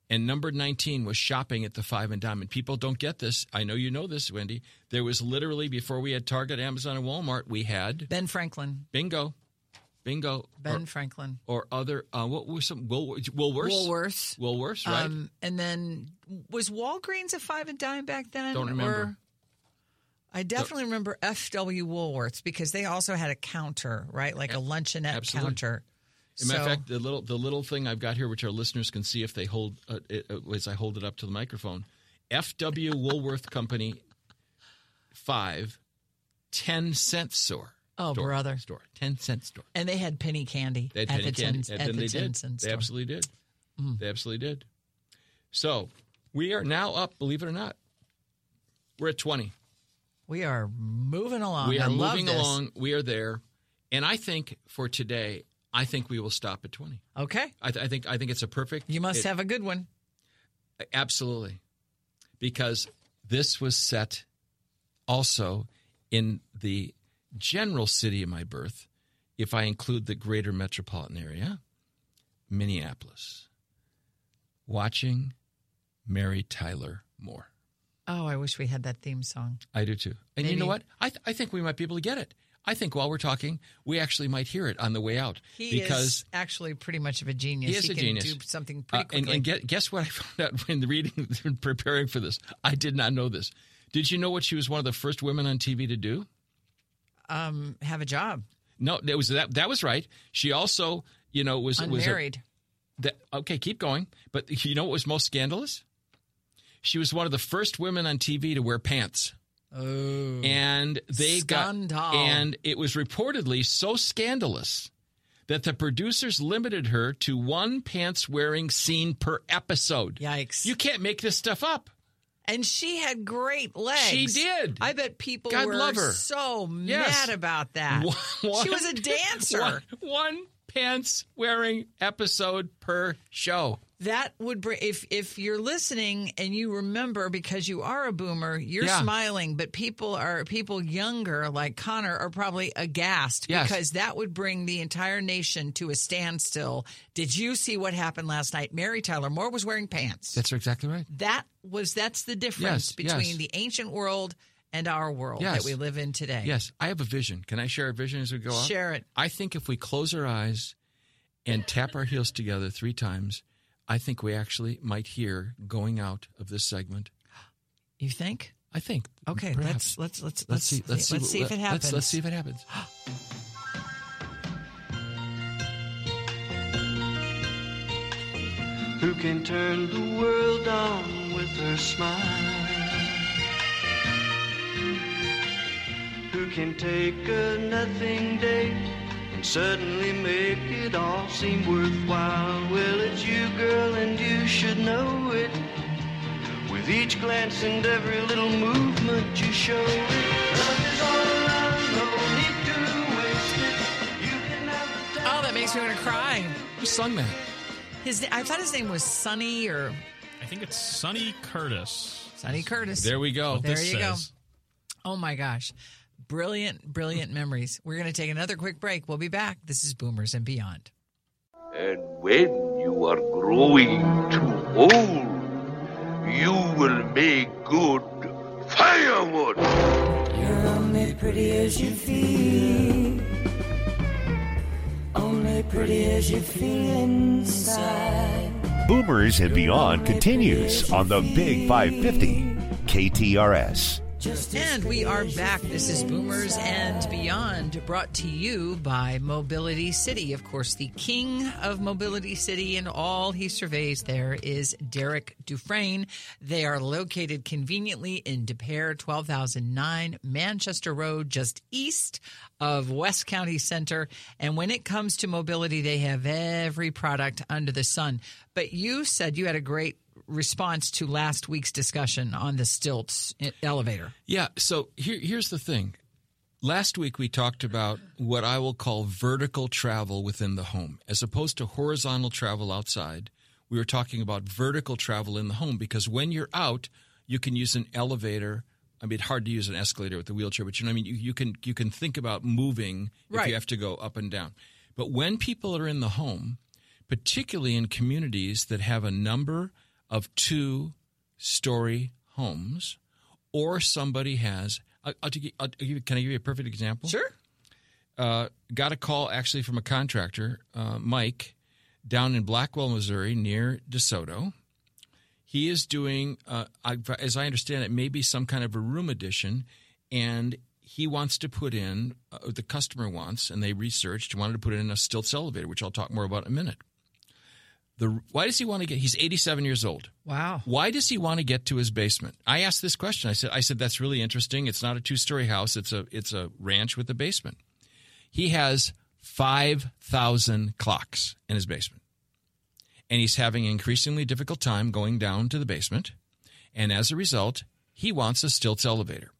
G: And number 19 was shopping at the five and dime. And people don't get this. I know you know this, Wendy. There was literally, before we had Target, Amazon, and Walmart, we had
F: Ben Franklin.
G: bingo, bingo,
F: Ben Franklin.
G: or, or other, uh, what was some, Wool, Woolworths?
F: Woolworths.
G: Woolworths, right?
F: Um, and then was Walgreens a five and dime back then?
G: Don't remember.
F: Or- I definitely remember F.W. Woolworths because they also had a counter, right? Like a luncheonette
G: absolutely.
F: counter.
G: As a matter of
F: So-
G: fact, the little the little thing I've got here, which our listeners can see if they hold uh, it, uh, as I hold it up to the microphone, F.W. Woolworth Company, five, ten cent store.
F: Oh,
G: store,
F: brother.
G: Store ten cent store.
F: and they had penny candy
G: They had
F: at
G: penny
F: the
G: candy,
F: Tin,
G: and
F: at
G: then
F: the
G: they did.
F: Tin Cent
G: They
F: store. Mm.
G: absolutely did. They absolutely did. So we are now up. Believe it or not, we're at twenty.
F: We are moving along.
G: we
F: Oh, I
G: are
F: love
G: moving
F: this.
G: along. We are there, and I think for today, I think we will stop at twenty.
F: Okay.
G: I, th- I think I think it's a perfect.
F: You must
G: it-
F: have a good one.
G: Absolutely. Because this was set also in the general city of my birth, if I include the greater metropolitan area, Minneapolis, watching Mary Tyler Moore.
F: Oh, I wish we had that theme song.
G: I do too. And you know
F: Maybe.
G: what? I, th- I think we might be able to get it. I think while we're talking, we actually might hear it on the way out
F: He
G: because
F: is actually pretty much of a genius.
G: He is a
F: can
G: genius.
F: do something
G: Uh,
F: pretty quickly.
G: and, and guess, guess what I found out when reading, preparing for this? I did not know this. Did you know what she was one of the first women on TV to do?
F: um, have a job.
G: No, that was that. That was right. She also, you know, was was a,
F: Unmarried.
G: that, okay. Keep going. But you know what was most scandalous? She was one of the first women on TV to wear pants,
F: oh.
G: and they got
F: Scandal.
G: and it was reportedly so scandalous that the producers limited her to one pants wearing scene per episode.
F: Yikes.
G: You can't make this stuff up.
F: and she had great legs.
G: She did.
F: I bet people
G: God
F: were
G: love her.
F: so
G: Yes.
F: mad about that.
G: One-
F: she was a dancer.
G: One, one pants wearing episode per show.
F: That would bring if if you're listening and you remember because you are a boomer, you're
G: Yeah.
F: smiling, but people are people younger like Connor are probably aghast
G: Yes.
F: because that would bring the entire nation to a standstill. Did you see what happened last night? Mary Tyler Moore was wearing pants.
G: That's exactly right.
F: that was that's the difference
G: Yes, yes.
F: between the ancient world and our world
G: Yes.
F: that we live in today.
G: Yes, I have a vision. Can I share a vision as we go on?
F: Share it.
G: I think if we close our eyes and tap our heels together three times, I think we actually might hear going out of this segment.
F: You think?
G: I think.
F: Okay,
G: perhaps.
F: let's let's let's
G: let's see. Let's see,
F: let's
G: what-
F: see if it
G: let's-
F: happens.
G: Let's, see if it happens.
E: who can turn the world on with her smile. Who can take a nothing day and suddenly make it all seem worthwhile? Well, it's you, girl, and you should know it. With each glance and every little movement you show it. Love is all around, no need to waste it. You can have the time.
F: Oh, that makes me want to cry.
G: Who sung that?
F: His I thought his name was Sonny or
K: I think it's Sonny Curtis.
F: Sonny Curtis.
G: There we go.
F: There
K: This
F: you go.
K: says.
F: Oh my gosh. Brilliant, brilliant memories. We're going to take another quick break. We'll be back. This is Boomers and Beyond.
L: And when you are growing too old, you will make good firewood.
E: You're only pretty as you feel. Only pretty as you feel inside.
A: Boomers and Beyond continues on the Big 550 KTRS.
F: And we are back. This is Boomers and Beyond, brought to you by Mobility City. Of course, the king of Mobility City and all he surveys there is Derek Dufresne. They are located conveniently in De Pere, 12009 Manchester Road, just east of West County Center. And when it comes to mobility, they have every product under the sun. But you said you had a great response to last week's discussion on the stilts e-, elevator.
G: Yeah. So here, here's the thing. Last week we talked about what I will call vertical travel within the home, as opposed to horizontal travel outside. We were talking about vertical travel in the home because when you're out, you can use an elevator. I mean, it's hard to use an escalator with a wheelchair, but you know, what I mean, you, you can you can think about moving if
F: Right.
G: you have to go up and down. But when people are in the home, particularly in communities that have a number of two-story homes, or somebody has. I'll, I'll, give you- I'll give you- can I give you a perfect example?
F: Sure.
G: Uh, got a call actually from a contractor, uh, Mike, down in Blackwell, Missouri, near DeSoto. He is doing, uh, I- as I understand it, maybe some kind of a room addition, and he wants to put in, uh, the customer wants, and they researched, wanted to put in a stilts elevator, which I'll talk more about in a minute. The, why does he want to get? He's 87 years old.
F: Wow.
G: Why does he want to get to his basement? I asked this question. I said, I said that's really interesting. It's not a two-story house. It's a it's a ranch with a basement. He has five thousand clocks in his basement, and he's having an increasingly difficult time going down to the basement. And as a result, he wants a stilts elevator.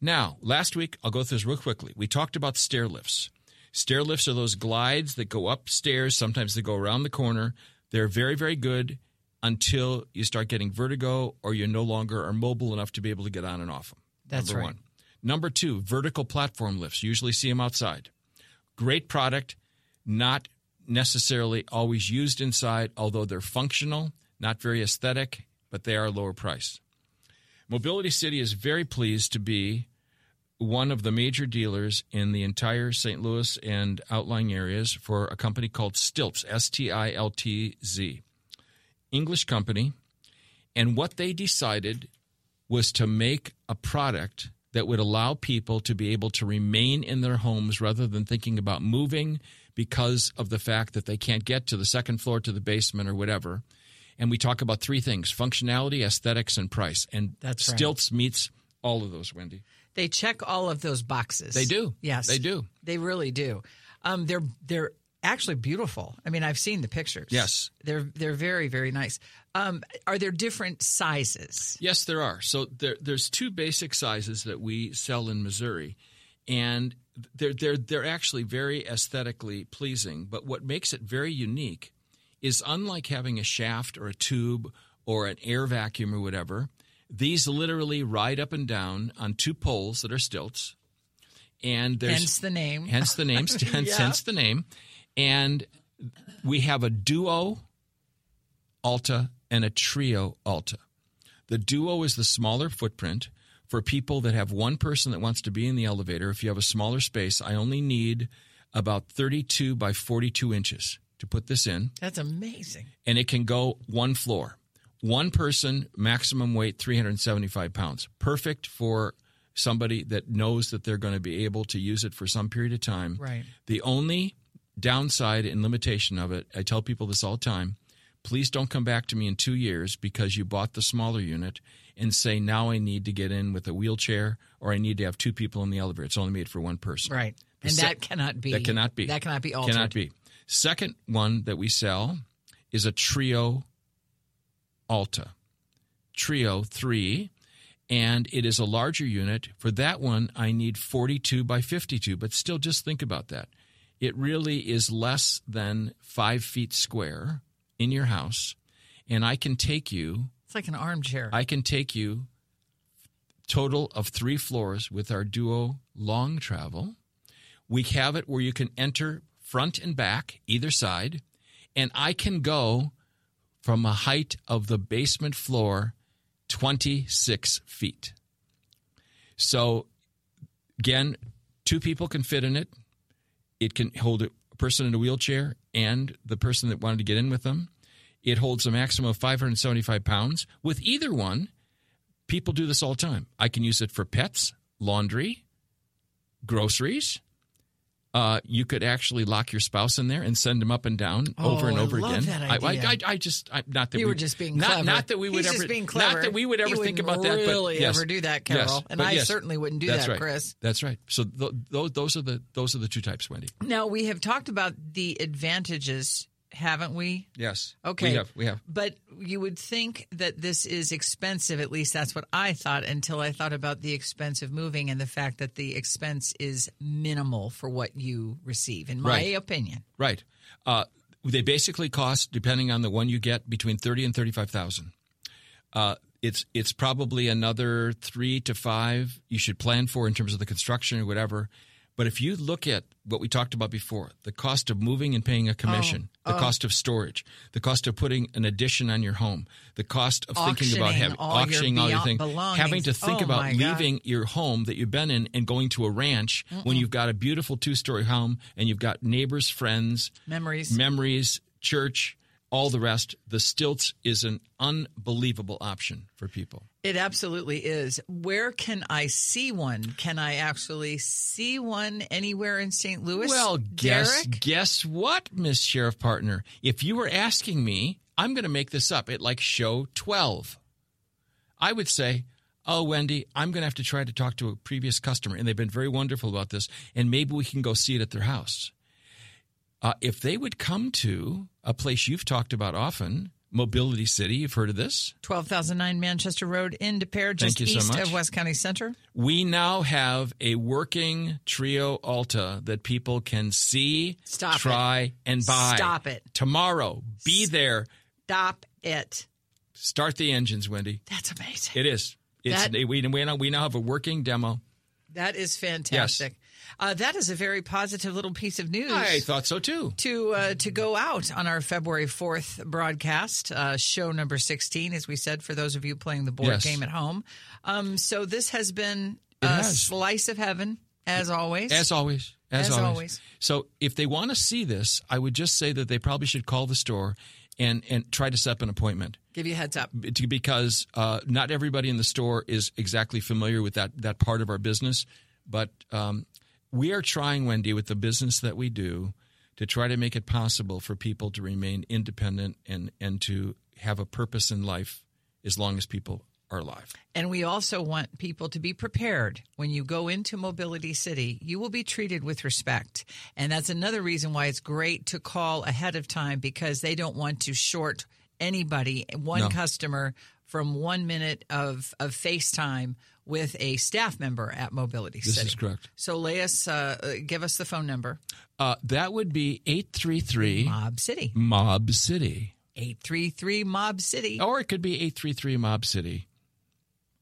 G: Now, last week, I'll go through this real quickly. We talked about stair lifts. Stair lifts are those glides that go upstairs. Sometimes they go around the corner. They're very, very good until you start getting vertigo or you no longer are mobile enough to be able to get on and off them.
F: That's
G: Number
F: right.
G: one. Number two, vertical platform lifts. You Usually see them outside. Great product, not necessarily always used inside, although they're functional, not very aesthetic, but they are lower price. Mobility City is very pleased to be one of the major dealers in the entire St. Louis and outlying areas for a company called Stilts, S T I L T Z. English company. And what they decided was to make a product that would allow people to be able to remain in their homes rather than thinking about moving because of the fact that they can't get to the second floor, to the basement, or whatever. And we talk about three things functionality, aesthetics, and price. And
F: That's right.
G: Stilts meets all of those, Wendy.
F: They check all of those boxes.
G: They do.
F: Yes,
G: They do.
F: They really do. Um, they're they're actually beautiful. I mean, I've seen the pictures.
G: Yes.
F: they're they're very very nice. Um, are there different sizes?
G: Yes, there are. So there, there's two basic sizes that we sell in Missouri, and they're they're they're actually very aesthetically pleasing. But what makes it very unique is unlike having a shaft or a tube or an air vacuum or whatever. These literally ride up and down on two poles that are stilts, and there's
F: Hence the name.
G: Hence the name. Hence,
F: Yeah.
G: hence the name. And we have a duo Alta and a trio Alta. The duo is the smaller footprint for people that have one person that wants to be in the elevator. If you have a smaller space, I only need about 32 by 42 inches to put this in,
F: That's amazing.
G: and it can go one floor. One person, maximum weight 375 pounds. Perfect for somebody that knows that they're going to be able to use it for some period of time.
F: Right.
G: The only downside and limitation of it, I tell people this all the time please don't come back to me in two years because you bought the smaller unit and say, now I need to get in with a wheelchair or I need to have two people in the elevator. It's only made for one person.
F: Right.
G: The
F: And
G: se-
F: that cannot be-
G: That cannot be.
F: that cannot be altered.
G: Cannot be. Second one that we sell is a trio Alta. Trio 3, and it is a larger unit. For that one, I need 42 by 52, but still just think about that. It really is less than five feet square in your house, and I can take you,
F: It's like an armchair.
G: I can take you total of three floors with our duo long travel. We have it where you can enter front and back, either side, and I can go from a height of the basement floor 26 feet. So, again, two people can fit in it. It can hold a person in a wheelchair and the person that wanted to get in with them. It holds a maximum of 575 pounds. With either one, people do this all the time. I can use it for pets, laundry, groceries. Uh, you could actually lock your spouse in there and send them up and down
F: Oh,
G: over and
F: I
G: over
F: love
G: again.
F: that
G: I-
F: idea.
G: I, I, I just I, not that
F: You
G: we,
F: were just being
G: not,
F: clever.
G: Not that we would
F: He's
G: ever
F: just being clever.
G: Not that we would ever
F: He
G: think
F: wouldn't
G: about that. But
F: really
G: yes.
F: ever do that,
G: Yes.
F: Carol. And
G: But
F: I
G: yes.
F: certainly wouldn't do
G: That's
F: that,
G: right.
F: Chris.
G: That's right. So th- those those are the those are the two types, Wendy.
F: Now we have talked about the advantages, haven't we?
G: Yes.
F: Okay.
G: We have we have.
F: But you would think that this is expensive. At least that's what I thought until I thought about the expense of moving and the fact that the expense is minimal for what you receive, in my
G: Right.
F: opinion.
G: Right. Uh, they basically cost, depending on the one you get, between thirty and thirty-five thousand. Uh, it's it's probably another three to five you should plan for in terms of the construction or whatever. But if you look at what we talked about before, the cost of moving and paying a commission, the
F: oh.
G: cost of storage, the cost of putting an addition on your home, the cost of thinking about
F: Auctioning
G: having
F: all your
G: auctioning all your
F: beyond-
G: things,
F: belongings.
G: having to think
F: Oh,
G: about
F: my God.
G: leaving your home that you've been in and going to a ranch when you've got a beautiful two-story home and you've got neighbors, friends,
F: Memories.
G: memories, church, all the rest. The stilts is an unbelievable option for people.
F: It absolutely is. Where can I see one? Can I actually see one anywhere in St. Louis?
G: Well, guess
F: Derek?
G: guess what, Miss Sheriff Partner? If you were asking me, I'm going to make this up at like show 12. I would say, "Oh, Wendy, I'm going to have to try to talk to a previous customer, and they've been very wonderful about this, and maybe we can go see it at their house." Uh, if they would come to a place you've talked about often, Mobility City. You've heard of this?
F: 12009 Manchester Road in De Pere, just
G: you so
F: east
G: much.
F: of West County Center.
G: We now have a working Trio Alta that people can see,
F: Stop it.
G: try, and buy.
F: Stop it.
G: Tomorrow, be there.
F: Stop it.
G: Start the engines, Wendy.
F: That's amazing.
G: It is. It's,
F: That-
G: we, we, now, we now have a working demo.
F: That is fantastic. Uh, that is a very positive little piece of news.
G: I thought so too.
F: to uh, to go out on our February fourth broadcast, uh, show number sixteen, as we said, for those of you playing the board
G: Yes.
F: game at home. Um, so this has been
G: It
F: a
G: has.
F: slice of heaven, as always.
G: As always. As,
F: As
G: always.
F: always.
G: So if they want to see this, I would just say that they probably should call the store and, and try to set up an appointment.
F: give you a heads up.
G: to- because uh, not everybody in the store is exactly familiar with that that part of our business. But um, we are trying, Wendy, with the business that we do, to try to make it possible for people to remain independent and and to have a purpose in life as long as people are alive.
F: And we also want people to be prepared when you go into Mobility City. You will be treated with respect. And that's another reason why it's great to call ahead of time because they don't want to short anybody, one
G: No.
F: customer, from one minute of, of FaceTime with a staff member at Mobility
G: This
F: City.
G: is correct.
F: So, lay us, uh, uh, give us the phone number
G: Uh, that would be eight three three
F: Mob City.
G: Mob City,
F: 833 Mob City
G: or it could be eight three three Mob City.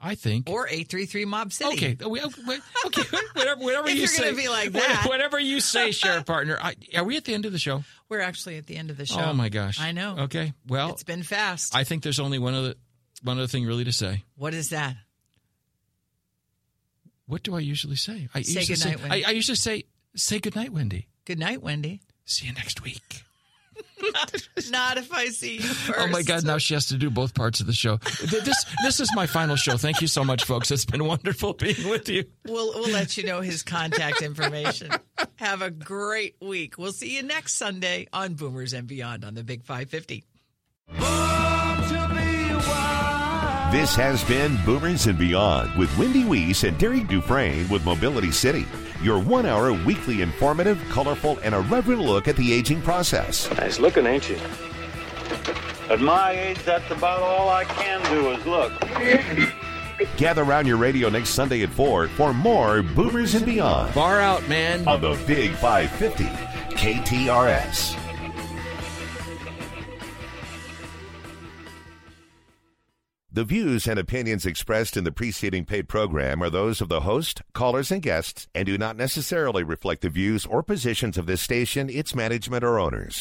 G: I think.
F: or 833 Mob City.
G: Okay. We- we- okay. Whatever, whatever
F: If
G: you
F: you're
G: say.
F: gonna be like
G: Wha-
F: that.
G: Whatever you say, share partner. I, are we at the end of the show?
F: We're actually at the end of the show.
G: Oh my gosh.
F: I know.
G: Okay. Well,
F: It's been fast.
G: I think there's only one other one other thing really to say.
F: What is that?
G: What do I usually say? I
F: Say
G: usually
F: goodnight, Wendy.
G: I, I usually say say goodnight, Wendy.
F: Good night, Wendy.
G: See you next week.
F: Not if I see you first.
G: Oh my God! Now she has to do both parts of the show. Th- This this is my final show. Thank you so much, folks. It's been wonderful being with you.
F: We'll we'll let you know his contact information. Have a great week. We'll see you next Sunday on Boomers and Beyond on the Big 550.
A: This has been Boomers and Beyond with Wendy Weiss and Derek Dufresne with Mobility City, your one hour weekly informative, colorful, and irreverent look at the aging process.
M: Nice looking, ain't you? At my age, that's about all I can do is look.
A: Gather around your radio next Sunday at 4 for more Boomers and Beyond.
G: Far out, man.
A: On the Big 550, KTRS. The views and opinions expressed in the preceding paid program are those of the host, callers, and guests, and do not necessarily reflect the views or positions of this station, its management, or owners.